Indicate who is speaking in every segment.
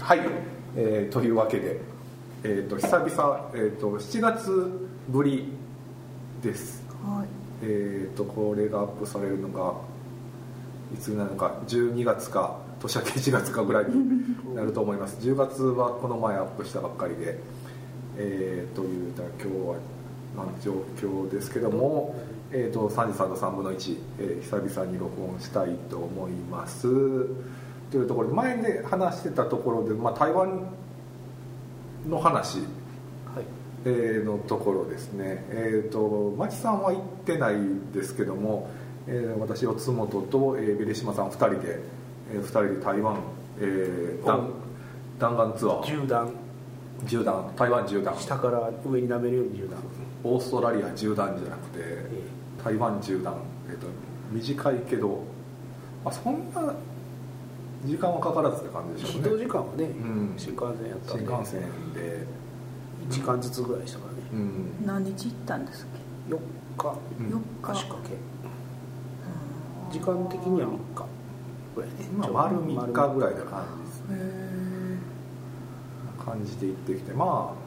Speaker 1: はい、えーというわけで、えー、と久々、えー、と7月ぶりです
Speaker 2: はい
Speaker 1: えー、とこれがアップされるのがいつになるのか12月か年明け1月かぐらいになると思います10月はこの前アップしたばっかりで、えー、というだ今日は、まあ、状況ですけども、えー、と3時3の3分の1、えー久々に録音したいと思いますというところで前で話してたところで、まあ、台湾の話
Speaker 3: はい
Speaker 1: えーのところですね、えー、と牧さんは行ってないですけども、えー私四本と、えー、ベレシマさん2人で、えー、2人で台湾、えー弾弾丸ツアー
Speaker 3: 10段
Speaker 1: 縦断台湾縦断
Speaker 3: 下から上に舐めるように10段
Speaker 1: オーストラリア縦断じゃなくて台湾縦断、えー、と短いけど、まあ、そんな時間はかからずって感じでしょ
Speaker 3: 移
Speaker 1: う
Speaker 3: 動
Speaker 1: ね
Speaker 3: 時間は
Speaker 1: ん
Speaker 3: ね、新幹線やった
Speaker 1: 新
Speaker 3: んで
Speaker 1: 幹線で、
Speaker 3: 1時間ずつぐらいでしたからね
Speaker 1: うん、
Speaker 2: 何日行ったんですっ
Speaker 3: 4日
Speaker 1: うん
Speaker 2: 4日
Speaker 3: 足掛け時間的には3日ぐらいね
Speaker 1: 今丸3日ぐらいな感じですね
Speaker 2: けへえ
Speaker 1: 感じて行ってきてまあ、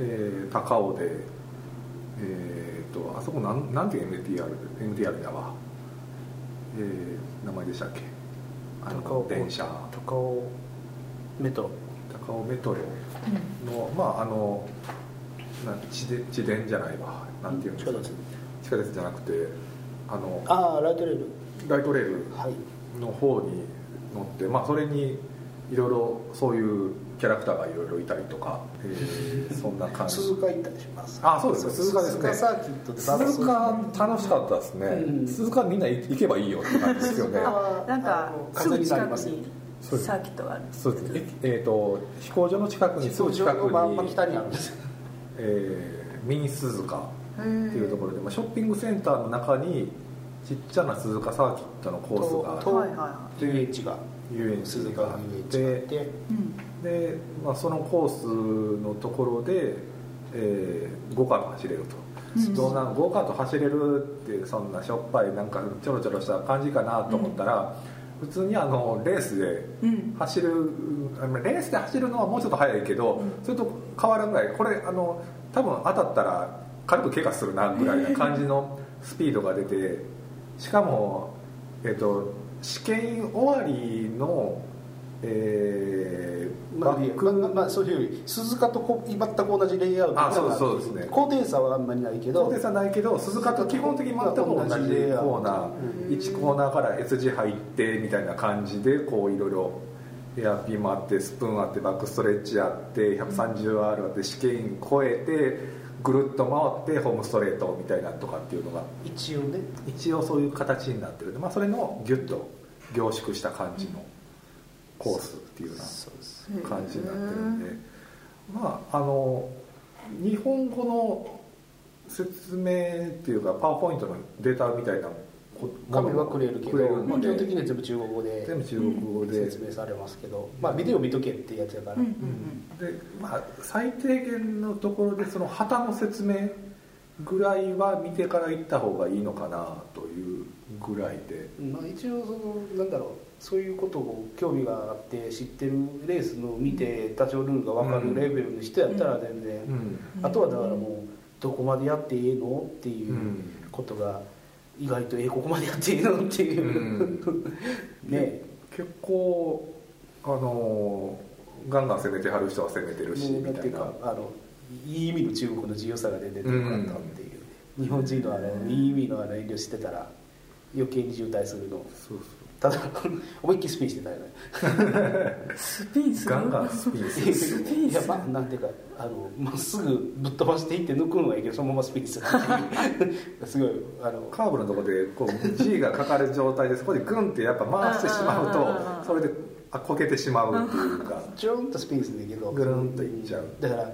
Speaker 1: えー高尾でえー、とあそこなんなんていう MTR MTR だわ、えー名前でしたっけあ
Speaker 3: 高
Speaker 1: の
Speaker 3: 尾
Speaker 1: 電車
Speaker 3: 高尾メトロ
Speaker 1: 高尾メトロのまああのな地で地電じゃないわなんていうんですか
Speaker 3: 地下
Speaker 1: 地下鉄じゃなくてあの
Speaker 3: ああライトレール
Speaker 1: ライトレール
Speaker 3: はい
Speaker 1: の方に乗って、まあ、それにいろいろそういうキャラクターがいろいろいたりとか、えーそんな感じ
Speaker 3: 鈴鹿行ったでしょまず
Speaker 1: あそうです鈴鹿ですね
Speaker 3: 鈴鹿サーキットで
Speaker 1: 鈴鹿楽しかったですね、
Speaker 3: うん
Speaker 1: 鈴鹿みんな行けばいいよって感じですよ ね
Speaker 3: は
Speaker 2: なんかす
Speaker 3: 飾
Speaker 2: ぐ
Speaker 3: り
Speaker 2: 近
Speaker 3: があり
Speaker 2: く
Speaker 3: ますよ
Speaker 2: にサーキットがある
Speaker 1: そうですねええーと飛行場の近くにすぐ近く
Speaker 3: の
Speaker 1: に
Speaker 3: まんま北にあるんですよ
Speaker 1: えーミニ鈴鹿
Speaker 2: って
Speaker 1: っていうところで、まあ、ショッピングセンターの中にちっちゃな鈴鹿サーキットのコースが
Speaker 3: と
Speaker 2: はいはいは
Speaker 3: 遊園地が
Speaker 1: 遊園
Speaker 3: 鈴
Speaker 1: 地
Speaker 3: 鹿
Speaker 1: があ
Speaker 3: の遊園
Speaker 1: っ
Speaker 3: 地があってて
Speaker 2: うん
Speaker 1: で、まあ、そのコースのところで、えーゴーカート走れると、
Speaker 2: うん
Speaker 1: どんなゴーカート走れるってそんなしょっぱいなんかちょろちょろした感じかなと思ったら、普通にあのレースで
Speaker 2: うん
Speaker 1: 走るあまあレースで走るのはもうちょっと早いけど、
Speaker 2: うん
Speaker 1: それと変わらんぐらいこれあの多分当たったら軽く怪我するなぐらいな感じのスピードが出てしかも、えっと試験終わりの、えー
Speaker 3: まあ
Speaker 1: バック
Speaker 3: まあまあ、そういうより鈴鹿とこ全く同じレイアウト
Speaker 1: あそうそうですね
Speaker 3: 高低差はあんまりないけど
Speaker 1: 高低差ないけど鈴鹿と基本的に全く同じコーナー
Speaker 2: うん
Speaker 1: 1コーナーから S 字入ってみたいな感じでこういろいろエアピンもあってスプーンあってバックストレッチあって 130R あって試験超えてぐるっと回ってホームストレートみたいなとかっていうのが
Speaker 3: 一応ね
Speaker 1: 一応そういう形になってるんで、まあ、それのギュッと凝縮した感じのコースっていうような
Speaker 3: そうです
Speaker 1: 感じになってるんで、まああの日本語の説明っていうかパワーポイントのデータみたいなこも
Speaker 3: 紙
Speaker 1: の
Speaker 3: は
Speaker 1: も
Speaker 3: くれるけど
Speaker 1: くれる
Speaker 3: ま
Speaker 1: の
Speaker 3: あ基
Speaker 1: で
Speaker 3: 本的には全部中国語で
Speaker 1: 全部中国語で、
Speaker 3: 説明されますけど、まあ、ビデオ見とけってやつやから、
Speaker 2: うん
Speaker 1: でまあ最低限のところでその旗の説明ぐらいは見てから行った方がいいのかなというぐらいで
Speaker 3: まあ、一応そのなんだろうそういうことを興味があって知ってるレースの見て多少ルールが分かるレベルの人やったら全然、
Speaker 1: うん
Speaker 2: うん
Speaker 3: あとはだからもうどこまでやっていいのっていう
Speaker 1: うん
Speaker 3: ことが意外とえここまでやっていいのっていう、 ねえ
Speaker 1: 結構あのガンガン攻めてはる人は攻めてるし
Speaker 3: もうな
Speaker 1: み
Speaker 3: ん
Speaker 1: た
Speaker 3: てい
Speaker 1: いうな
Speaker 3: かあのいい意味の中国の自由さが出ててよかったっていう、日本人のあのいい意味のあの遠慮してたら余計に渋滞するの
Speaker 1: そうそう
Speaker 3: ただ 思いっきりスピンしてたよね
Speaker 2: スピンする
Speaker 1: ガンガンスピンする
Speaker 2: スピン
Speaker 3: い
Speaker 2: す
Speaker 3: や
Speaker 2: る
Speaker 3: まあなんていうかあのまっすぐぶっ飛ばしていって抜くのはいいけどそのままスピンするっていう すごいあの
Speaker 1: カーブのところでこう G がかかる状態でそこでグンってやっぱ回してしま
Speaker 2: あーあーあー
Speaker 1: う
Speaker 2: あー
Speaker 1: とそれであこけてしまうっていうか
Speaker 3: ジョーンとスピンするんだけど
Speaker 1: ぐるんといっちゃう
Speaker 3: だから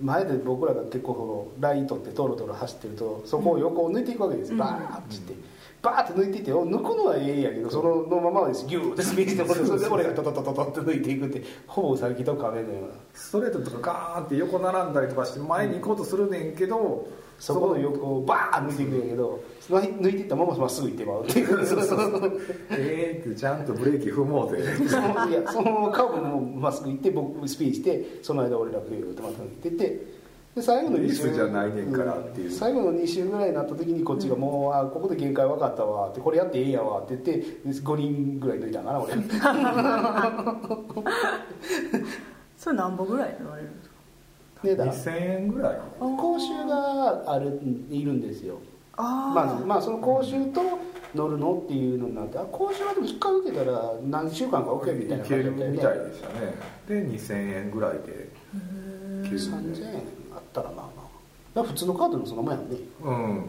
Speaker 3: 前で僕らが結構そのライン取ってトロトロ走ってるとそこを横を抜いていくわけですよ、バーッてってバーッて抜いていってお抜くのはええんやけどそののままですギューってスピンしてもらってそれで俺がトトトトトって抜いていくってほぼウサギと亀のような
Speaker 1: ストレートとかガーンって横並んだりとかして前に行こうとするねんけど
Speaker 3: そこの横をバーン抜いていくんやけどその抜いていったまままっすぐ行ってまうっていうそうそうそう
Speaker 1: えーってちゃんとブレーキ踏もうぜ
Speaker 3: そのいやそのままカーブもまっすぐ行って僕スピンしてその間俺らグーッとまた行っててで最後の2
Speaker 1: ミ
Speaker 3: 周
Speaker 1: スじゃないねんからっていう
Speaker 3: 最後の2周ぐらいになった時にこっちがもう、あここで限界分かったわってこれやってええやわって言って5人ぐらい抜いたんかな俺
Speaker 2: それ何本ぐらい乗れるんですか
Speaker 3: でだから
Speaker 1: 2000円ぐらい
Speaker 3: 講習があるいるんですよ
Speaker 2: あー
Speaker 3: まず、まあ、その講習と乗るのっていうのになってあ講習はでも1回受けたら何週間か受けるみたい
Speaker 1: い
Speaker 3: な
Speaker 1: け
Speaker 3: 感じ
Speaker 1: る
Speaker 3: だったよ
Speaker 1: み
Speaker 3: ね
Speaker 1: たいでしたねで2000円ぐらいで
Speaker 3: 3000円あったらまあまあだから普通のカードのそのままやんね
Speaker 1: うん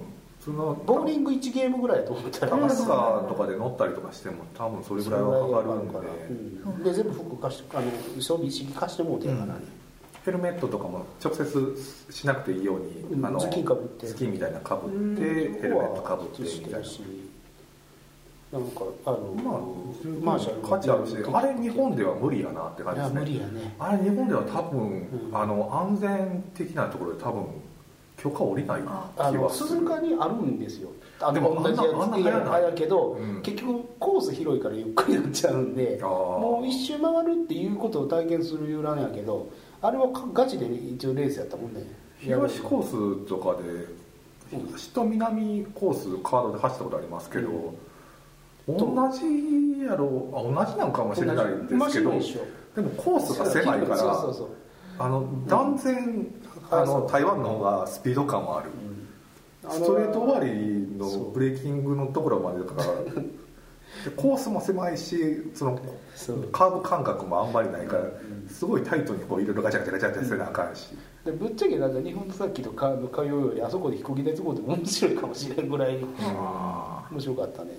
Speaker 1: その
Speaker 3: ボーリング1ゲームぐらいやと思ったら
Speaker 1: 高須とかで乗ったりとかしても多分それぐらいはかかるんで、
Speaker 3: うんで全部服貸してあの装備一式貸してもうてやからね、
Speaker 1: ヘルメットとかも直接しなくていいように、
Speaker 3: うん
Speaker 1: あの
Speaker 3: 頭巾被って
Speaker 1: 頭巾みたいなかぶ
Speaker 2: うん
Speaker 1: ってヘルメットかぶってみ
Speaker 3: して
Speaker 1: たい
Speaker 3: る
Speaker 1: な
Speaker 3: しなんかあの、
Speaker 1: まあ
Speaker 3: マ
Speaker 1: ま
Speaker 3: ーシャル
Speaker 1: あ価値あるしあれ日本では無理やなって感
Speaker 3: いや
Speaker 1: じで
Speaker 3: 無
Speaker 1: すね
Speaker 3: 理やね
Speaker 1: あれ日本では多分、
Speaker 3: うん
Speaker 1: あの安全的なところで多分許可下りない
Speaker 3: あ
Speaker 1: 気
Speaker 3: の
Speaker 1: はす
Speaker 3: 鈴
Speaker 1: る
Speaker 3: 鹿にあるんですよあ
Speaker 1: で
Speaker 3: の
Speaker 1: も
Speaker 3: 同じや
Speaker 1: あんな
Speaker 3: つい
Speaker 1: あんな早
Speaker 3: や
Speaker 1: ない
Speaker 3: 早いけど、
Speaker 1: うん
Speaker 3: 結局コース広いからゆっくりになっちゃうんで
Speaker 1: あー
Speaker 3: もう一周回るっていうことを体験する遊覧やけどあれはガチで一応レースやったもんね
Speaker 1: 東コースとかで
Speaker 3: うん
Speaker 1: 東と南コースカードで走ったことありますけど、同じやろあ同じなんかもしれないんですけど
Speaker 3: 同じ
Speaker 1: でもコースが狭いから
Speaker 3: そうそうそう
Speaker 1: あの断然、あの台湾の方がスピード感もある、
Speaker 3: あの
Speaker 1: ストレート終わりの
Speaker 3: そう
Speaker 1: ブレーキングのところまでだからでコースも狭いしその
Speaker 3: そう
Speaker 1: カーブ感覚もあんまりないから
Speaker 3: うん
Speaker 1: すごいタイトにこういろいろガチャガチャガチャってせなあかんし、
Speaker 3: でぶっちゃけなんか日本のさっきとかの通うよりあそこで飛行機で飛行でも面白いかもしれないぐらい
Speaker 1: あ
Speaker 3: 面白かったね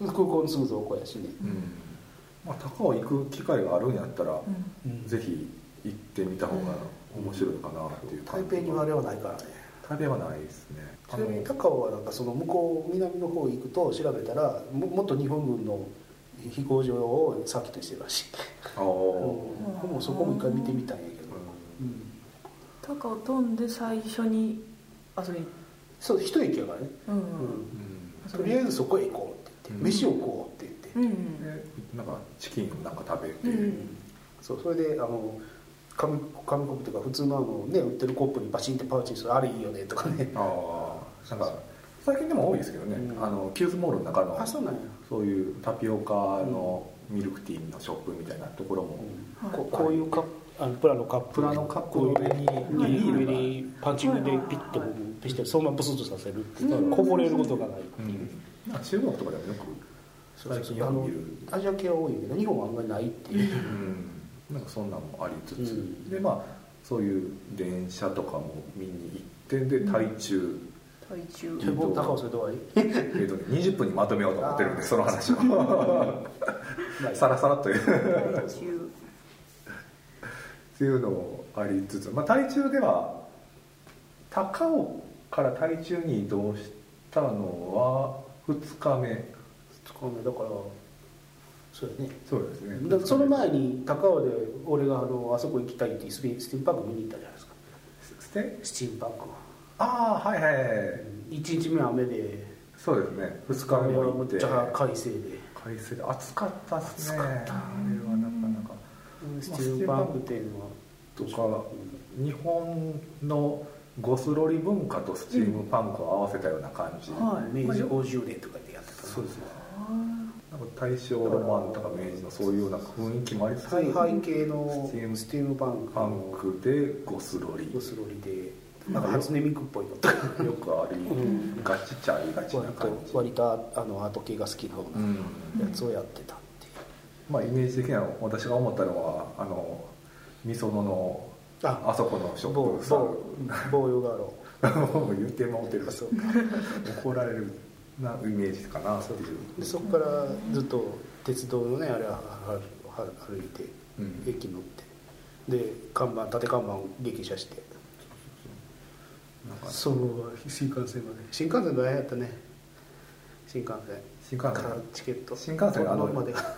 Speaker 3: 空港のすぐそこやしね、
Speaker 1: ーうんまあ、高尾行く機会があるんやったら、
Speaker 2: うん
Speaker 3: うん
Speaker 1: ぜひ行ってみた方が面白いかなっていう
Speaker 3: 台
Speaker 1: 感じ
Speaker 3: 北にはあれはないからね
Speaker 1: 台北はないですね
Speaker 3: ちなみに高尾はなんかその向こう南の方行くと調べたらも元日本軍の飛行場をさっきとしてるらしい、
Speaker 1: あの
Speaker 3: うんでもそこも一回見てみたんやけど
Speaker 1: あー、
Speaker 3: うん
Speaker 2: 高を飛んで最初に遊びに
Speaker 3: そう一駅やからね、
Speaker 2: うん
Speaker 3: う
Speaker 1: うんん
Speaker 3: とりあえずそこへ行こうって言っ
Speaker 1: う
Speaker 3: て、
Speaker 1: ん
Speaker 3: 飯を食おうって言って、
Speaker 2: うん
Speaker 1: でなんかチキンをなんか食べて、
Speaker 2: うん
Speaker 3: そうそれであの紙紙コップというか普通のあの、ね、売ってるコップにバシンってパウチにするあれいいよねとかね
Speaker 1: ああなんか最近でも多いですけどね、
Speaker 3: うん
Speaker 1: あのキューズモールの中の
Speaker 3: あそうなんや、
Speaker 1: そういうタピオカのミルクティーのショップみたいなところも、
Speaker 3: うんここういうカップあのプラのカップ
Speaker 1: プラのカップの上に
Speaker 3: 上
Speaker 1: ビールが、
Speaker 3: にパンチングでピッとピしてそのままブスッとさせるっていうこぼれることがない
Speaker 1: うん、なんか中国とかでもよく
Speaker 3: そうそうそ
Speaker 1: 最
Speaker 3: う
Speaker 1: 近よ
Speaker 3: あ
Speaker 1: く
Speaker 3: の
Speaker 1: 見る
Speaker 3: アジア系は多いけど日本はあんまりないっていう
Speaker 1: うん、なんかそんなのもありつつ、
Speaker 3: うん
Speaker 1: でまあそういう電車とかも見に行ってで台中、
Speaker 2: 体中
Speaker 1: うん
Speaker 3: 高尾それどう
Speaker 1: えーとね、20分にまとめようと思ってるんでその話 をさらさらっという
Speaker 2: 体中
Speaker 1: っていうのもありつつ、まあ、台中では高尾から台中に移動したのは2日目
Speaker 3: 使うねだからそうやね
Speaker 1: そうですね
Speaker 3: だからその前に高尾で俺があのあそこ行きたいって言ってスピンスティンパーク見に行ったじゃないですか
Speaker 1: ステ
Speaker 3: スチームパーク
Speaker 1: ああはいはいはい
Speaker 3: 1日目は雨で
Speaker 1: そうですね2日目
Speaker 3: 雨
Speaker 1: も
Speaker 3: は
Speaker 1: 行
Speaker 3: む
Speaker 1: っ
Speaker 3: ってちゃ快晴で
Speaker 1: 快晴で暑かったっすね
Speaker 3: 暑かった
Speaker 1: あれはなかなか
Speaker 3: スチームパークっていうのは
Speaker 1: とか日本のゴスロリ文化とスチームパンクを合わせたような感じ、
Speaker 2: うんはい
Speaker 3: 明治50年とかでやってたな
Speaker 1: そうですねなんか大正ロマンとか明治のそういうような雰囲気もありつつ
Speaker 3: はい背景の
Speaker 1: スチーム
Speaker 3: スティームパンク
Speaker 1: パンクでゴスロリ
Speaker 3: ゴスロリで
Speaker 1: な
Speaker 3: なんん
Speaker 1: か
Speaker 3: か初音ミクっぽいのとか
Speaker 1: よくあり
Speaker 3: ん
Speaker 1: がちっちゃありがちな
Speaker 3: 割
Speaker 1: 感
Speaker 3: と
Speaker 1: じ、
Speaker 3: 割とあのアート系が好きな方
Speaker 1: うん
Speaker 3: のやつをやってたっていう
Speaker 1: まあイメージ的なの私が思ったのはあのみそのの
Speaker 3: あ
Speaker 1: あそこのショッ
Speaker 3: 某某
Speaker 1: プさ
Speaker 3: 某ヨガロ
Speaker 1: もう言ってもうてる
Speaker 3: ーそうか
Speaker 1: 怒られるなイメージかなって
Speaker 3: そう
Speaker 1: いう
Speaker 3: でそこからずっと鉄道のねあれははは歩いて
Speaker 1: うん
Speaker 3: 駅乗ってで看板縦看板を激写して
Speaker 1: なんか
Speaker 3: その新幹線まで新幹線大変やったね新幹線
Speaker 1: 新幹線
Speaker 3: からチケット
Speaker 1: 新幹線あの
Speaker 3: 乗るまでが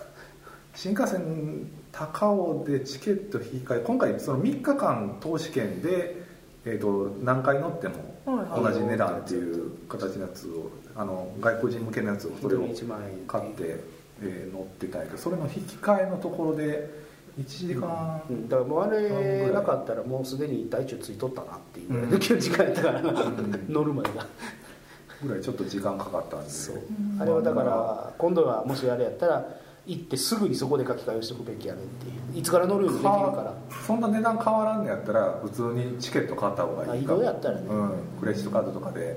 Speaker 1: 新幹線高尾でチケット引き換え今回その3日間投資券でえー、と何回乗っても
Speaker 2: はい
Speaker 1: 同
Speaker 2: はい
Speaker 1: じ値段っていう形のやつをあの外国人向けのやつをそれを
Speaker 3: 1万円
Speaker 1: 買って、えー乗ってたんやけどそれの引き換えのところで1時間、
Speaker 3: うん、だからもうあれなかったらもうすでに大中ついとったなっていうぐらいの時間やったからな、
Speaker 1: ん
Speaker 3: 乗るまでが
Speaker 1: ぐらいちょっと時間かかったんで
Speaker 3: そう
Speaker 2: うん
Speaker 3: あれはだから今度はもしあれやったら行ってすぐにそこで書き換えをしておくべきやねっていういつから乗るようにできるか
Speaker 1: そんな値段変わらんのやったら普通にチケット買った方
Speaker 3: ら、ま
Speaker 1: が
Speaker 3: あ、
Speaker 1: いい
Speaker 3: 移
Speaker 1: か
Speaker 3: 動
Speaker 1: も
Speaker 3: やったらね、
Speaker 1: うん、クレジットカードとかで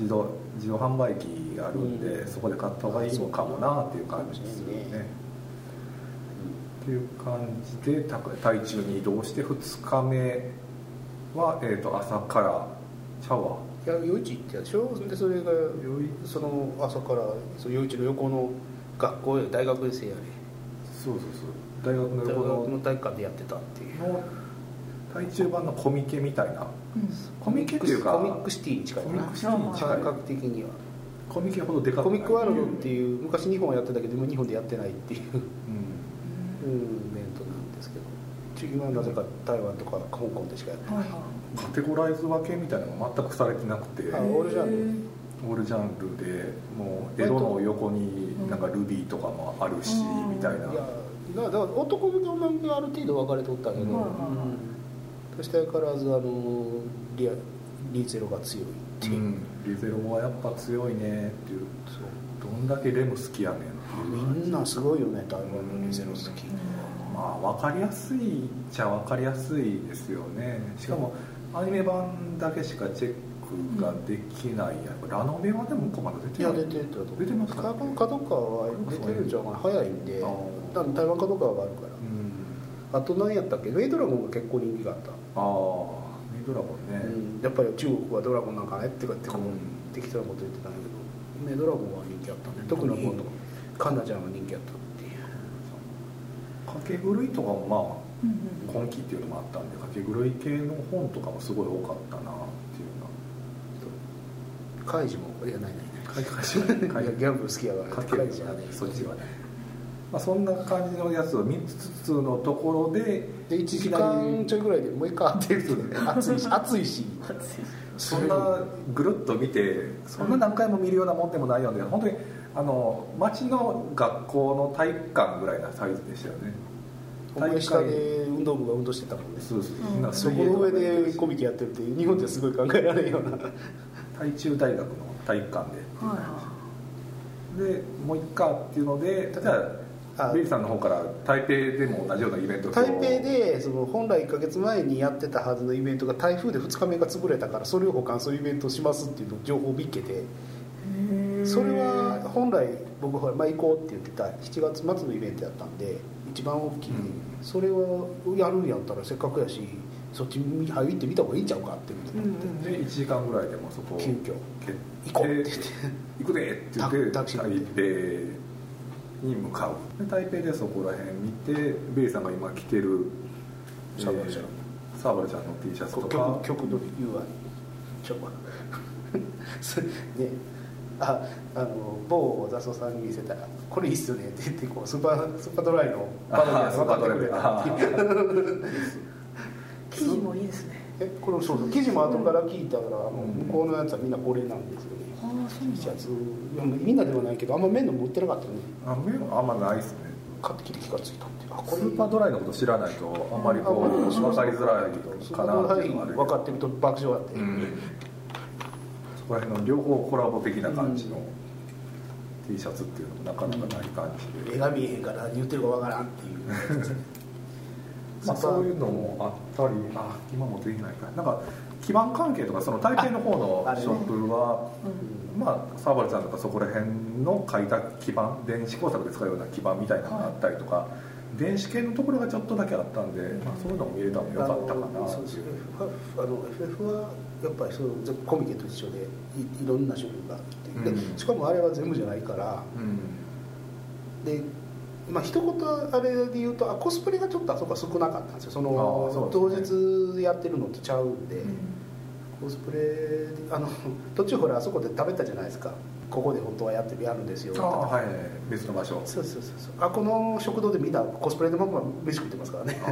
Speaker 1: 自動自動販売機があるんで、
Speaker 3: うん
Speaker 1: そこで買った方がいいのかもなっていう感じですよね
Speaker 3: そうかもしれんね
Speaker 1: っていう感じでた台中に移動して2日目は、えー、と朝から茶は
Speaker 3: ういや余市行ったでしょでそれがその朝からその余市の横の学校大学ですよね
Speaker 1: そうそうそう大学の横の
Speaker 3: 体育館でやってたってい
Speaker 1: の台中版のコミケみたいなコミケっていうか
Speaker 3: コミックシティに近いかな
Speaker 1: コミックシティに近い
Speaker 3: 感覚的には
Speaker 1: コミケほどでかく
Speaker 3: コ
Speaker 1: ない
Speaker 3: ミックワールドっていう昔日本はやってたけど今日本でやってないっていう、
Speaker 1: うん
Speaker 3: うん、イベントなんですけど次はなぜか台湾とか香港でしかやってない
Speaker 2: はいは
Speaker 1: カテゴライズ分けみたいなのが全くされてなくて
Speaker 3: あ
Speaker 2: い
Speaker 3: 俺じゃん
Speaker 1: オールジャンルでもうエロの横になんかルビーとかもあるし
Speaker 2: うん
Speaker 1: みたいない
Speaker 3: やだからだから男向け女向けはある程度分かれとったけど、
Speaker 1: うん
Speaker 3: そして相変わらずあのリアリゼロが強いって
Speaker 1: う
Speaker 3: いう、
Speaker 1: んリゼロはやっぱ強いねっていう
Speaker 3: そう
Speaker 1: どんだけレム好きやねんっていう
Speaker 3: みんなすごいよね台湾のリゼロ好き、
Speaker 1: まあ分かりやすいっちゃ分かりやすいですよねしかもアニメ版だけしかチェックができないやっぱラノベはでもここまで出
Speaker 3: い
Speaker 1: て
Speaker 3: や
Speaker 1: ない
Speaker 3: 出てると思う
Speaker 1: 出てますか
Speaker 3: 台湾かどうかは出てるんじゃない早いんで
Speaker 1: あー
Speaker 3: だから台湾かどうかはあるか
Speaker 1: うん
Speaker 3: らあと何やったっけメイドラゴンが結構人気があった
Speaker 1: ああメイドラゴンね、
Speaker 3: うんやっぱり中国はドラゴンなんかねってかってこ
Speaker 1: うん
Speaker 3: う適当なこと言ってたんやけどメイドラゴンは人気あったね特に今度カンナちゃんが人気あったっていう
Speaker 1: 掛け狂いとかもまあ
Speaker 2: うんうん
Speaker 1: 今期っていうのもあったんで掛け狂い系の本とかもすごい多かったなっていうのは
Speaker 3: カイジもいやないない
Speaker 1: 買い返しはね
Speaker 3: ない
Speaker 1: 買い
Speaker 3: いやギャンブル好きやから
Speaker 1: 掛け
Speaker 3: カイジ
Speaker 1: はねそっちはね、まあ、そんな感じのやつを3つのところで
Speaker 3: で1時間ちょいぐらいでもう一回って言 うと暑いし暑いし
Speaker 1: そんなぐるっと見てそんな何回も見るようなもんでもないよね本当にあの町の学校の体育館ぐらいなサイズでしたよね
Speaker 3: お前下で運動部が運動してたもんね
Speaker 1: そうそう
Speaker 2: うん
Speaker 1: なんか
Speaker 3: そ
Speaker 1: 水
Speaker 3: こ
Speaker 1: 泳と
Speaker 3: の
Speaker 1: か
Speaker 3: 上でコミケやってるって日本じゃすごい考えられんような
Speaker 1: 台中大学の体育館で
Speaker 2: はいは
Speaker 1: でもういっかっていうので例えば
Speaker 3: あ
Speaker 1: ベイさんの方から台北でも同じようなイベントを
Speaker 3: 台北でその本来1か月前にやってたはずのイベントが台風で2日目が潰れたからそれを補完するイベントをしますっていうのを情報を見っけて
Speaker 2: い
Speaker 3: それは本来僕ほら、まあ、行こうって言ってた7月末のイベントやったんで一番大きい、
Speaker 1: うん
Speaker 3: それをやるんやったらせっかくやしそっちに入ってみた方がいいんちゃうかって
Speaker 2: う
Speaker 3: 言
Speaker 2: ん
Speaker 3: っ
Speaker 2: う
Speaker 3: て
Speaker 2: ん
Speaker 1: で1時間ぐらいでもうそこ
Speaker 3: 急遽
Speaker 1: 決定
Speaker 3: 行こうって言って
Speaker 1: 行くでって言って
Speaker 3: タ
Speaker 1: 台
Speaker 3: クシー
Speaker 1: 北
Speaker 3: 乗って
Speaker 1: に向かうで台北でそこら辺見てベイさんが今着てる
Speaker 3: サーバルちゃん
Speaker 1: えーサーバルちゃんの T シャツと
Speaker 3: 曲
Speaker 1: か
Speaker 3: 曲の理由はちょっと それねああの某雑草さんに見せたら「これいいっすよね」って言ってこうスーパースーパードライのパド
Speaker 1: あー
Speaker 3: が分かってくれたっていう
Speaker 2: 生地もいいですね
Speaker 3: えこれそうそう記事も後から聞いたから、あの向こうのやつはみんなこれなんですよね
Speaker 2: ああそう
Speaker 3: T シャツいやみんなではないけどあんま麺のも売ってなかったのに
Speaker 1: あ麺あんまないですね
Speaker 3: 買ってきて気がついたっていうあ
Speaker 1: スーパードライのこと知らないとあんまりこう分かりづらいかなっていうのがあるけど
Speaker 3: 分かってると爆笑あって、
Speaker 1: そこら辺の両方コラボ的な感じの T シャツっていうのもなかなかない感じで、
Speaker 3: 絵が見えへんから何言ってるかわからんっていう
Speaker 1: まあ、そういうのもあったりあ今もできないかなんか基盤関係とかその台北の方
Speaker 3: ああ
Speaker 1: の
Speaker 3: れね
Speaker 1: ショップはまあ、サーバルちゃんとかそこら辺の書いた基盤電子工作で使うような基盤みたいなのがあったりとか、電子系のところがちょっとだけあったんで、まあ、そういうのも見れたのもよかったか
Speaker 3: あ
Speaker 1: な
Speaker 3: の
Speaker 1: って
Speaker 3: そうです
Speaker 1: いう
Speaker 3: FF あの FF はやっぱりその全部コミケと一緒でいいろんな種類があって、
Speaker 1: うん
Speaker 3: でしかもあれは全部じゃないから
Speaker 1: うん
Speaker 3: でまあ一言あれで言うとあコスプレがちょっとあそこは少なかったんですよその
Speaker 1: あーそうです
Speaker 3: 当日やってるのとちゃうんで、コスプレあの途中ほらあそこで食べたじゃないですかここで本当はやってやるんですよ
Speaker 1: ああはい別の場所
Speaker 3: そうそうそうそうあこの食堂でみんなコスプレのまま飯食ってますからね
Speaker 1: あ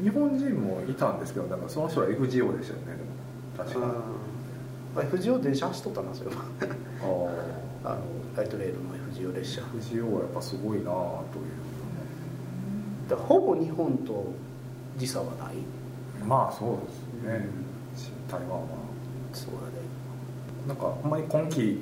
Speaker 1: ー日本人もいたんですけどなんかその人は FGO でしたよねでも確
Speaker 3: うん
Speaker 1: か
Speaker 3: まあ FGO 電車走っとったなそれは
Speaker 1: あー
Speaker 3: あのライトレールの FGO 列車
Speaker 1: FGO はやっぱすごいなあという
Speaker 3: だからほぼ日本と時差はない
Speaker 1: まあそうですね、台湾は
Speaker 3: そうだね
Speaker 1: なんかほんまに今期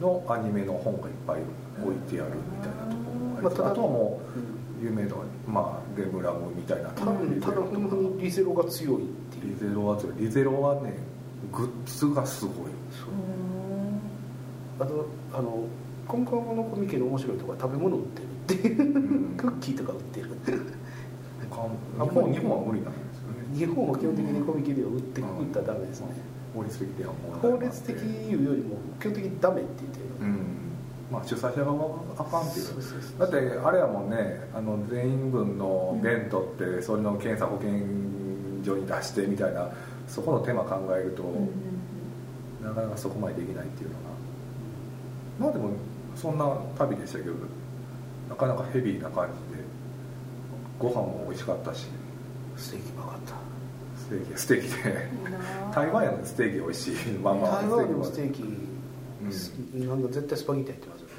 Speaker 1: のアニメの本がいっぱい置いてあるみたいなところもあり
Speaker 3: まあただ
Speaker 1: あとはも
Speaker 3: うん
Speaker 1: う有名な、まあ、ゲームラボみたいな
Speaker 3: ただただほんまにリゼロが強いってい
Speaker 1: リ
Speaker 3: う
Speaker 1: ゼロは強いリゼロはねグッズがすごい
Speaker 3: あとあのコンコンのコミケの面白いとこは食べ物売ってるっていう
Speaker 1: うん
Speaker 3: クッキーとか売ってる
Speaker 1: 他日本日本は無理なんですよね
Speaker 3: 日本は基本的にコミケでは売って
Speaker 1: うん
Speaker 3: 売ったらダメですね
Speaker 1: 法律的ではもう
Speaker 3: 法律的いうよりも基本的にダメって言ってる
Speaker 1: うんまあ主催者側があかんっていう
Speaker 3: そうそうそう
Speaker 1: だってあれやもんねあの全員分の弁取ってそれの検査保健所に出してみたいなそこの手間考えると、なかなかそこまでできないっていうのがまあでもそんな旅でしたけどなかなかヘビーな感じでご飯も美味しかったし
Speaker 3: ステーキうまかった
Speaker 1: ステーキステーキで 台湾やのにステーキ美味しいまあまあ
Speaker 3: 台湾のステ
Speaker 1: キ
Speaker 3: ーキ、なんか絶対スパゲッティ入ってますよね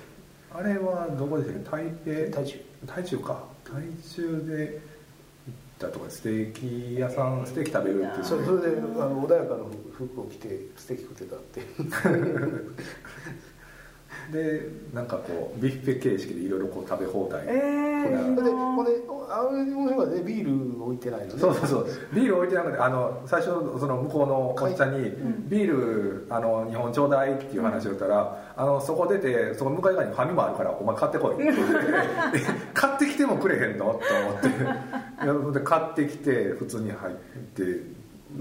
Speaker 1: はあれはどこでしたっけ台北
Speaker 3: 大中
Speaker 1: 台中か台中で行ったとかステーキ屋さんステーキ食べるっていう
Speaker 3: それ
Speaker 1: ね
Speaker 3: それであの穏やかな服を着てステーキ食ってたっていう
Speaker 1: でなんかこうビュッフェ形式でいろいろこう食べ放題、
Speaker 2: ええ
Speaker 1: これ
Speaker 3: それでこれあれ面白いからねビール置いてないのね
Speaker 1: そうそうそうビール置いてなくてあの最初その向こうのおっちゃんに「ビールあの日本ちょうだい」っていう話をしたら「あのそこ出てその向かい側にファミマあるからお前買ってこい」って言って買ってきてもくれへんの?」と思っていやほんで買ってきて普通に入って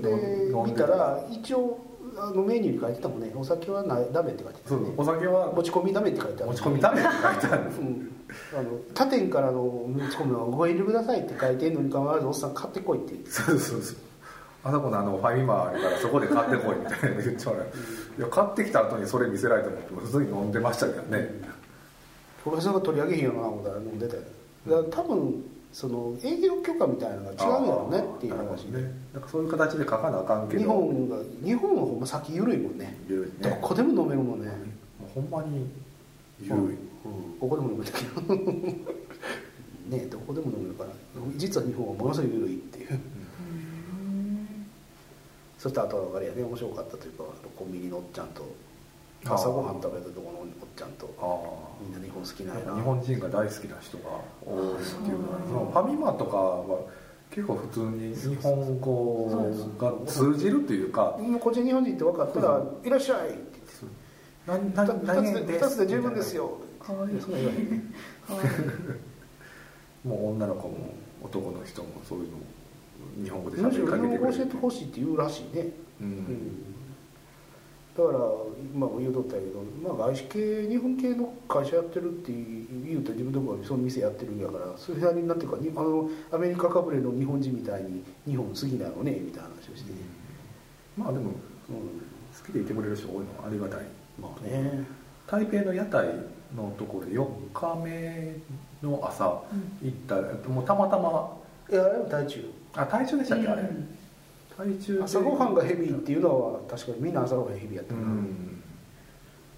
Speaker 3: で
Speaker 1: 飲ん
Speaker 3: 見たら一応あのメニューに書いてたもんねお酒はなダメって書いてた
Speaker 1: そ
Speaker 3: ね
Speaker 1: うお酒は
Speaker 3: 持ち込みダメって書いてある
Speaker 1: 持ち込みダメって書いてあるんです
Speaker 3: うんあの他店からの持ち込みはご遠慮くださいって書いてんのに必ずおっさん買ってこいって
Speaker 1: そうそうそうあそこのあのファミマあるからそこで買ってこいみたいなの言っちゃうねいや買ってきた後にそれ見せられても普通に飲んでましたけどね
Speaker 3: 小林さんが取り上げへんよな思ったら飲んでたよだから多分その営業許可みたいなのが違うんやろうねっていう話
Speaker 1: ねなんかそういう形で書かなあかんけど
Speaker 3: 日本が日本はほんま先緩いもんね
Speaker 1: 緩い
Speaker 3: ど
Speaker 1: ね
Speaker 3: こでも飲めるもんね
Speaker 1: もうほんまに緩い、
Speaker 3: うんここでも飲めるけど ねどこでも飲めるから実は日本はものすごい緩いっていうそしてあとはあれやね面白かったというかあのコンビニのおっちゃんと
Speaker 1: あー
Speaker 3: 朝ごはん食べたところのおっちゃんと
Speaker 1: あ
Speaker 3: みんな日本好きなん
Speaker 1: あ
Speaker 3: や
Speaker 1: やっ
Speaker 3: な
Speaker 1: ぱ日本人が大好きな人が多いっていうのはそのファミマとかは結構普通に日本語が通じるというか
Speaker 3: もうこっち日本人って分かったら「いらっしゃい!」って
Speaker 1: 「何
Speaker 3: 言って
Speaker 1: 何
Speaker 3: 二
Speaker 1: 何
Speaker 3: つ
Speaker 1: 円で
Speaker 3: で二
Speaker 1: す
Speaker 3: つで十分です」よ
Speaker 2: かわいい
Speaker 3: そんなん言わへん
Speaker 2: かわいい
Speaker 1: もう女の子も男の人もそういうの日本語で
Speaker 3: むし
Speaker 1: 喋
Speaker 3: ろ
Speaker 1: りかけてくれ
Speaker 3: 日本語教え
Speaker 1: る
Speaker 3: てほしいって言うらしいね
Speaker 1: う
Speaker 3: うんんだから今も言うとったけど、まあ、外資系日本系の会社やってるって言うと自分とこはその店やってるんやからそれなりになってるからにあのアメリカかぶれの日本人みたいに日本好きなのねみたいな話をして、
Speaker 1: まあでも好き
Speaker 3: う
Speaker 1: でいてくれる人が多いのはありがたい
Speaker 3: ん、まあね
Speaker 1: 台北の屋台のところで4日目の朝行ったら、もうたまたま
Speaker 3: いやあれも大中
Speaker 1: あ体重でしたっけあれ、
Speaker 2: うん
Speaker 1: 体重
Speaker 3: 朝ごはんがヘビーっていうのは確かにみんな朝ごはんヘビーやった
Speaker 1: う
Speaker 3: な、
Speaker 1: ん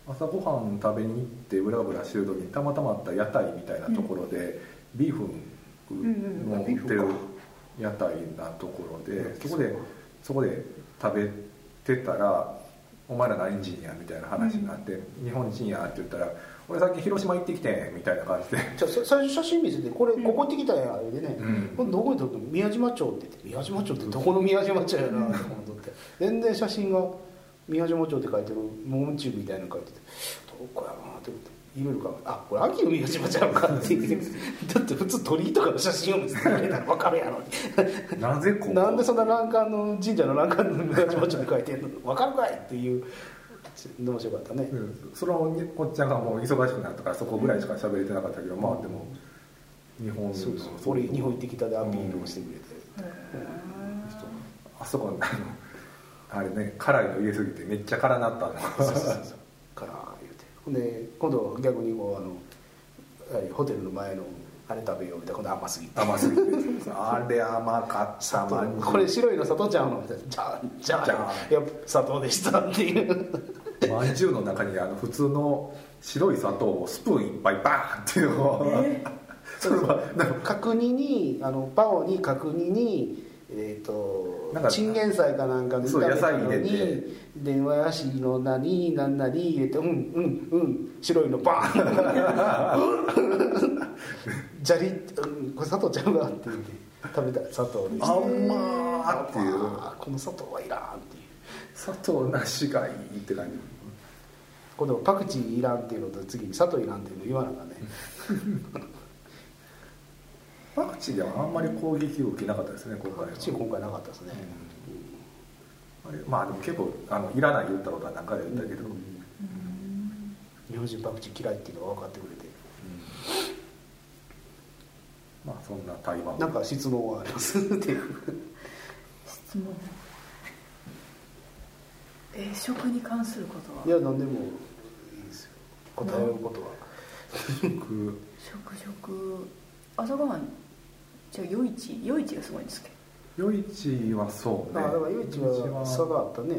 Speaker 1: 朝ごはん食べに行ってブラブラしてる時にたまたまあった屋台みたいなところで、ビーフンの売ってる屋台なところで、そこでそこで食べてたら「お前ら何人や?」みたいな話になって「日本人や」って言ったら「俺さっき広島行ってきてん」みたいな感じで
Speaker 3: じゃあそ最初写真見せてこれここ行ってきたやんでね、
Speaker 1: うん
Speaker 3: これどこに撮るの宮島町って言って宮島町ってどこの宮島町やなと思って全然写真が宮島町って書いてるモンチューブみたいなの書いててどこやろうなと思って言えるかあこれ秋の宮島ちゃうかって言って だって普通鳥居とかの写真を見せてくれたら分かるやろ
Speaker 1: なぜこう
Speaker 3: なんでそんな欄干の神社の欄干の宮島町に書いてんの分かるかいっていうの面白かったね、
Speaker 1: うんそのおっちゃんがもう忙しくなったからそこぐらいしか喋れてなかったけど、まあでも日本の
Speaker 3: そうそう俺日本行ってきたでアピールをしてくれて、
Speaker 1: あそこあのあれね辛いの入れすぎてめっちゃ辛なったの
Speaker 3: そうそうそうそうから言うてほんで今度逆にもうあのはいホテルの前のあれ食べようみたいなこの甘すぎて
Speaker 1: 甘すぎてあれ甘かった
Speaker 3: 砂糖
Speaker 1: マジで
Speaker 3: これ白いの砂糖ちゃうのみたいなじゃん じゃん
Speaker 1: じゃん
Speaker 3: いや砂糖でしたっていう
Speaker 1: まんじゅうの中にあの普通の白い砂糖をスプーンいっぱいバーンっていうのを、それはなんか
Speaker 3: 角煮にあのパオに角煮にえっ、と
Speaker 1: なんか
Speaker 3: チンゲン菜かなんかで
Speaker 1: そう
Speaker 3: 炒めたの
Speaker 1: 野菜入れて
Speaker 3: 電話やしのなになんなに入れてうんうんうん白いのバ ーンじゃりうんこれ砂糖ちゃうわって言って食べた砂糖です
Speaker 1: あんまーっていう
Speaker 3: あこの砂糖はいらんっていう
Speaker 1: 砂糖なしがいいって感じ
Speaker 3: 今度パクチーいらんっていうのと次に砂糖いらんっていうの言わなかね
Speaker 1: パクチーではあんまり攻撃を受けなかったですね今回
Speaker 3: パクチー
Speaker 1: は
Speaker 3: 今回なかったですね、
Speaker 1: あれまあでも結構あのいらない言ったことは何回か言ったけど、
Speaker 3: うん日本人パクチー嫌いっていうのが分かってくれて
Speaker 1: まあそんな台湾
Speaker 3: なんか質問はありますっていう
Speaker 2: 質問え食に関することはい
Speaker 3: や何でもいいですよ答えることは
Speaker 1: 食
Speaker 2: 食食朝ごはんじゃあ夜市夜市がすごいんですけど
Speaker 1: 夜市はそう
Speaker 3: あ
Speaker 1: ね
Speaker 3: だから唯一は差があったね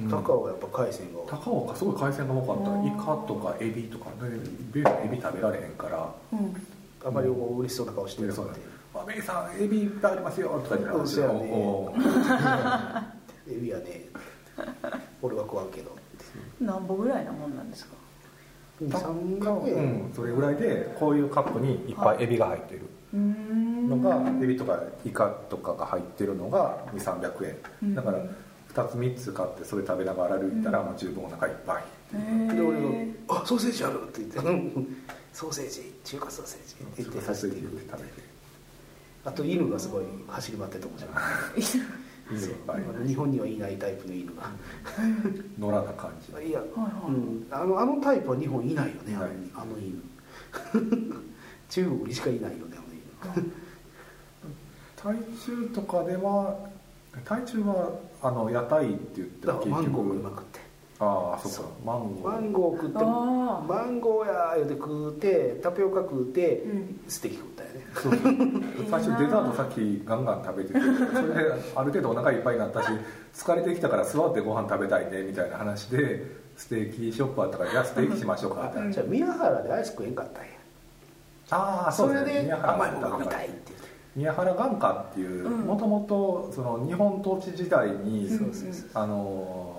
Speaker 1: うん
Speaker 3: 高尾はやっぱ海鮮が
Speaker 1: 高岡すごい海鮮が多か
Speaker 2: う
Speaker 1: っ
Speaker 2: ん
Speaker 1: たイカとかエビとかねベーエビ食べられへんから
Speaker 2: うん
Speaker 3: あまりこう嬉しそうな顔してる
Speaker 1: そ
Speaker 3: の
Speaker 1: うだ
Speaker 3: で
Speaker 1: ねあベイさんエビいっぱいありますよとか言って
Speaker 3: そうやね
Speaker 1: お
Speaker 3: エ ビやね俺は食わんけど
Speaker 2: 何歩ぐらいなもんなんですか
Speaker 3: 300
Speaker 1: ーう
Speaker 3: 円
Speaker 1: んそれぐらいでこういうカップにいっぱいエビが入ってる
Speaker 2: うーん
Speaker 1: のがエビとかイカとかが入ってるのが2300
Speaker 2: う
Speaker 1: 円
Speaker 2: ん
Speaker 1: だから2つ3つ買ってそれ食べながら歩いたらもう十分お腹いっぱい
Speaker 2: へ
Speaker 3: で俺 が
Speaker 2: ー
Speaker 3: 「あソーセージある」って言って うん「ソーセージ中華ソーセージ」って言って
Speaker 1: ソー
Speaker 3: 走
Speaker 1: セ
Speaker 3: っ
Speaker 1: ー
Speaker 3: て
Speaker 1: ジ
Speaker 3: い
Speaker 1: で
Speaker 3: く
Speaker 1: 食べて
Speaker 3: あと犬がすごい走り回ってたもんじゃない
Speaker 1: 犬いっぱい
Speaker 3: 日本にはいないタイプの犬が
Speaker 1: 野良な感じ
Speaker 3: いや、
Speaker 2: はい
Speaker 3: うん、あのあのタイプは日本いないよねあの,、
Speaker 1: はい
Speaker 3: あの犬 中国にしかいないよねあの犬
Speaker 1: 台中とかでは台中はあの屋台って言って
Speaker 3: だからマンゴー
Speaker 1: 結
Speaker 3: うま
Speaker 1: 局
Speaker 3: くって
Speaker 1: ああそっかマンゴ
Speaker 3: マ
Speaker 1: ー
Speaker 3: ンゴー食って
Speaker 2: あー
Speaker 3: マンゴーや言うて食うてタピオカ食うて、
Speaker 2: うん
Speaker 3: ステーキ食ったよね
Speaker 1: そうそう最初デザートさっきガンガン食べててそれである程度お腹いっぱいになったし疲れてきたから座ってご飯食べたいねみたいな話でステーキショップあったからじゃあステーキしましょうかって
Speaker 3: あじゃあ宮原でアイス食えんかったんや
Speaker 1: ああ
Speaker 3: そ
Speaker 1: そう
Speaker 3: れ
Speaker 1: ですね
Speaker 3: で甘いもの
Speaker 1: が
Speaker 3: 食
Speaker 1: 見
Speaker 3: みた
Speaker 1: た
Speaker 3: いっ
Speaker 1: い
Speaker 3: て言って
Speaker 1: 宮原眼科っていう
Speaker 2: うん
Speaker 1: もともとその日本統治時代に
Speaker 2: そうそうそう
Speaker 1: あの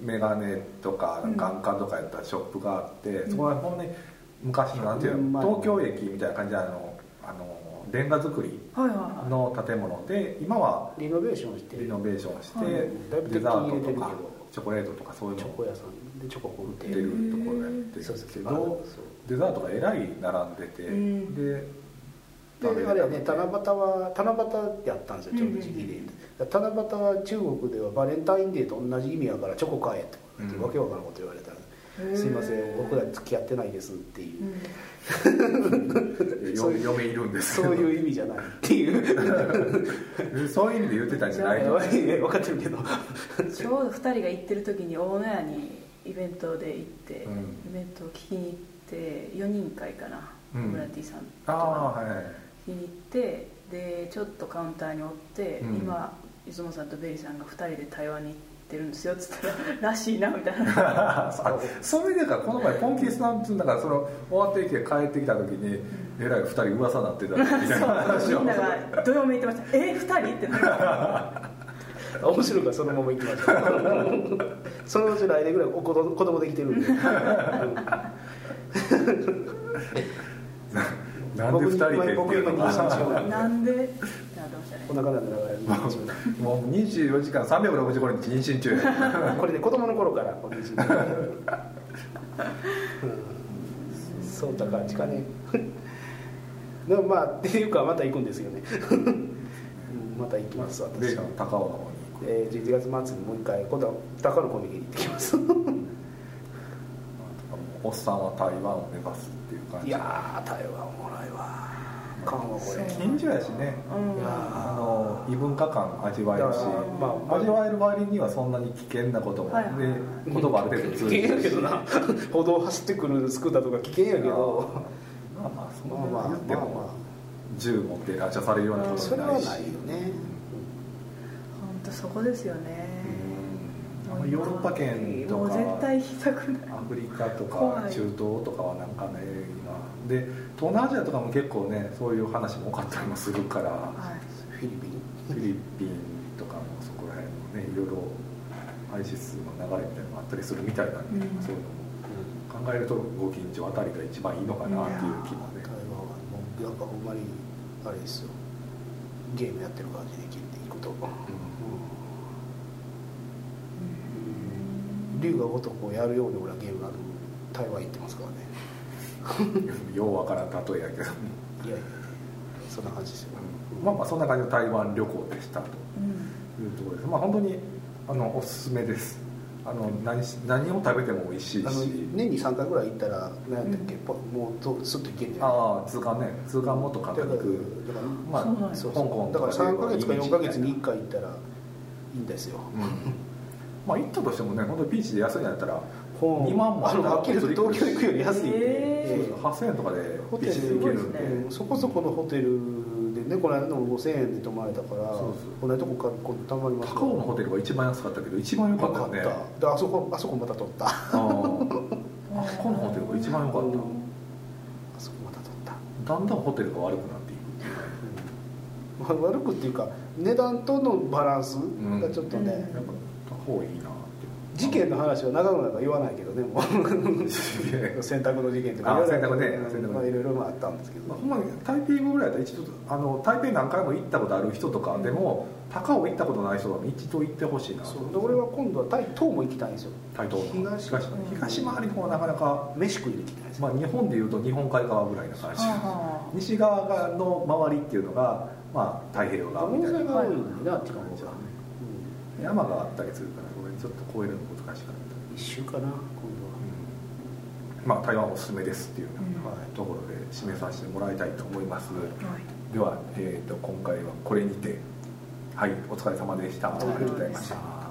Speaker 1: メガネとか
Speaker 2: うん
Speaker 1: 眼科とかやったショップがあって、
Speaker 2: ん
Speaker 1: そこはほんまに昔のなんていう
Speaker 3: うん
Speaker 1: の東京駅みたいな感じであのあのレンガ造り
Speaker 2: はいはいは
Speaker 1: の建物で今は
Speaker 3: リノベーションして
Speaker 1: リノベーションして、
Speaker 3: うんだいぶ
Speaker 1: デ
Speaker 3: 鉄
Speaker 1: ザ
Speaker 3: 筋
Speaker 1: ート
Speaker 3: 入れてるけ
Speaker 1: と
Speaker 3: ど
Speaker 1: かチョコレートとかそういう
Speaker 3: チ
Speaker 1: の
Speaker 3: ョコ屋さんでチョコ売って
Speaker 1: 出るところやってる
Speaker 3: そうそう
Speaker 1: け
Speaker 3: まあそ
Speaker 1: どデザートがえらい並んでて、
Speaker 2: うん
Speaker 1: で
Speaker 3: うであれやね七夕は七夕やったんですよちょうど時期で、だから七夕は中国ではバレンタインデーと同じ意味やからチョコ買えって言わ
Speaker 1: うん
Speaker 3: れてわけわからんこと言われたら
Speaker 2: へ
Speaker 3: 「
Speaker 2: ー
Speaker 3: すいません僕ら付き合ってないです」ってい、
Speaker 2: いううん
Speaker 3: そういう
Speaker 1: 嫁いるんです
Speaker 3: そう
Speaker 1: う
Speaker 3: いう意味じゃないっていう
Speaker 1: そういう意味で言ってたんじゃないの
Speaker 3: 分かってるけど
Speaker 2: ちょうど2人が行ってる時に大野屋にイベントで行って、
Speaker 1: うん
Speaker 2: イベントを聞きに行って4人会かな、
Speaker 1: うん
Speaker 2: ブラティさん
Speaker 1: ああ
Speaker 2: とか
Speaker 1: はいはい
Speaker 2: 聞きに行ってでちょっとカウンターにおって、
Speaker 1: うん
Speaker 2: 今出雲さんとベリーさんが2人で台湾に行ってるんですよっつったら「 らしいな」みたいな
Speaker 1: あ それでかこの前ポンキースタンツだからその終わってきて帰ってきた時にえらい二人噂なってたみたいな話
Speaker 2: み
Speaker 1: を
Speaker 2: んながどよめいてました「え二2人?」ってなる
Speaker 3: 面白いからそのまま行きました そのうち来年ぐらいお子供子供できてるん で
Speaker 1: なんで二人でって
Speaker 3: 僕
Speaker 1: いう
Speaker 3: 今
Speaker 1: の
Speaker 3: 僕今妊娠中
Speaker 1: が
Speaker 2: なんでってなってましたね
Speaker 3: こんな感じで長い
Speaker 1: もう24時間365日妊娠中
Speaker 3: これね子供の頃からこれ自分でうんそうだから近ねでもまあっていうかまた行くんですよねうんまた行きます
Speaker 1: レイ
Speaker 3: 私
Speaker 1: さん高尾の方に行く
Speaker 3: えー11月末にもう一回今度は高野コミケに行ってきます
Speaker 1: おっさんは台湾を目指すっていう感じ
Speaker 3: いやー台湾おもろいわかんわこれ
Speaker 2: そう
Speaker 1: 近所やしね
Speaker 2: うん
Speaker 3: いやー
Speaker 1: あの異文化感味わえるし
Speaker 3: だからまあ
Speaker 1: 味わえる割にはそんなに危険なことも
Speaker 2: はいはい
Speaker 1: で言葉ある程度
Speaker 3: 危
Speaker 1: 通じ
Speaker 3: 険や
Speaker 1: る
Speaker 3: け
Speaker 1: し
Speaker 3: どな歩道走ってくるスクーターとか危険やけど
Speaker 1: あまあまあそ
Speaker 3: まあ
Speaker 1: の
Speaker 3: まあ
Speaker 1: ま
Speaker 3: ま
Speaker 1: 言って
Speaker 3: あ
Speaker 1: も
Speaker 3: ま
Speaker 1: 銃持って乱射されるような
Speaker 3: あ
Speaker 1: こと
Speaker 3: そ
Speaker 1: は
Speaker 3: れは
Speaker 1: な
Speaker 3: ないい
Speaker 1: し
Speaker 3: よね
Speaker 2: 本当そこですよね
Speaker 1: うんあんまりヨーロッパ圏と
Speaker 2: もう
Speaker 1: か
Speaker 2: 絶対行きたくない
Speaker 1: アフリカと
Speaker 2: 怖
Speaker 1: か
Speaker 2: い
Speaker 1: 中東とかはなんかね今で東南アジアとかも結構ねそういう話も多かったりもするから
Speaker 2: はい
Speaker 3: フィリピン
Speaker 1: フィリピンとかもそこら辺もねいろいろアイシスの流れみたいなのがあったりするみたいなんで、
Speaker 2: うん
Speaker 1: そういうのも考えるとご近所あたりが一番いいのかなっていう気もね
Speaker 3: 台湾はもうやっぱほんまにあれですよゲームやってる感じで切っていくと、うん龍が如くをやるように俺はゲームある台湾行ってますからね
Speaker 1: ようわからん例えやけど、
Speaker 3: いやいやそんな感じですよ、
Speaker 1: まあまあそんな感じの台湾旅行でしたと
Speaker 2: うん
Speaker 1: いうところですまあ本当にあのおすすめですあの何し何を食べても美味しいし
Speaker 3: あの年に3回ぐらい行ったら何やったっけ、ぽもうどすっと行けんじゃない
Speaker 1: ああ通関ね通関もっと
Speaker 3: だ
Speaker 1: 簡
Speaker 3: から
Speaker 1: 単
Speaker 3: だ
Speaker 1: に
Speaker 3: か
Speaker 1: 行くまあ
Speaker 2: そうなんや
Speaker 1: 香
Speaker 3: らそう
Speaker 1: 港
Speaker 3: だから
Speaker 1: と
Speaker 3: 3
Speaker 1: か
Speaker 3: ヶ
Speaker 1: で
Speaker 3: 月か
Speaker 1: 言えば
Speaker 3: 4ヶ月に1回行ったらいいんですよ、
Speaker 1: まあ行ったとしてもね本当にビーチで安いのやったら
Speaker 3: ほう
Speaker 1: 2万もあ
Speaker 3: あ
Speaker 1: った
Speaker 3: の
Speaker 1: ら
Speaker 3: はっきり言って東京行くより安いんで、
Speaker 2: えー
Speaker 3: ええ
Speaker 1: 8000円とかで
Speaker 3: ホテ
Speaker 1: ビー
Speaker 3: ル
Speaker 1: チで行けるんで
Speaker 2: ね
Speaker 3: うんそこそこのホテルでねこの間でも5000円で泊まれたから
Speaker 1: そうそう
Speaker 3: この間とこからこうたまります
Speaker 1: 高尾のホテルが一番安かったけど一番良かったよね
Speaker 3: よかったであそこあそこまた取ったあ
Speaker 1: あーあそこのホテルが一番良かっ
Speaker 3: そこまた取った、
Speaker 1: ただんだんホテルが悪くなっていく
Speaker 3: うんまあ悪くっていうか値段とのバランスがちょっとね、
Speaker 2: うん
Speaker 1: やっぱ高いいなって
Speaker 3: 事件の話は長野なんか言わないけどね も
Speaker 1: 事件
Speaker 3: う洗濯の事件とか
Speaker 1: あ洗濯ね
Speaker 3: うん
Speaker 1: 洗濯ね
Speaker 3: まあいろいろまああったんですけど、
Speaker 1: まあほんまに台北語ぐらいだったら一度あの台北何回も行ったことある人とかでも高尾行ったことない人は一度行ってほしいな
Speaker 3: そうで俺は今度はタイ東も行きたいんですよ
Speaker 1: 台東
Speaker 3: 東
Speaker 1: 東東回りの方はなかなか、
Speaker 3: 飯食いに行きたいんですよ、
Speaker 1: まあ、日本でいうと日本海側ぐらいな感じ
Speaker 2: はあはあ
Speaker 1: 西側の周りっていうのが、まあ、太平洋側みたいな
Speaker 3: 海沿いが多いんでねあっちの方が、
Speaker 1: 山があったりするからこれちょっと越えるの難しかった、
Speaker 3: うん、一周かな今度は
Speaker 1: うんまあ台湾おすすめですっていうような
Speaker 2: うん
Speaker 1: はいところで締めさせてもらいたいと思います
Speaker 2: はい
Speaker 1: では、えー、と今回はこれにてはいお疲れ様でしたありがとうございました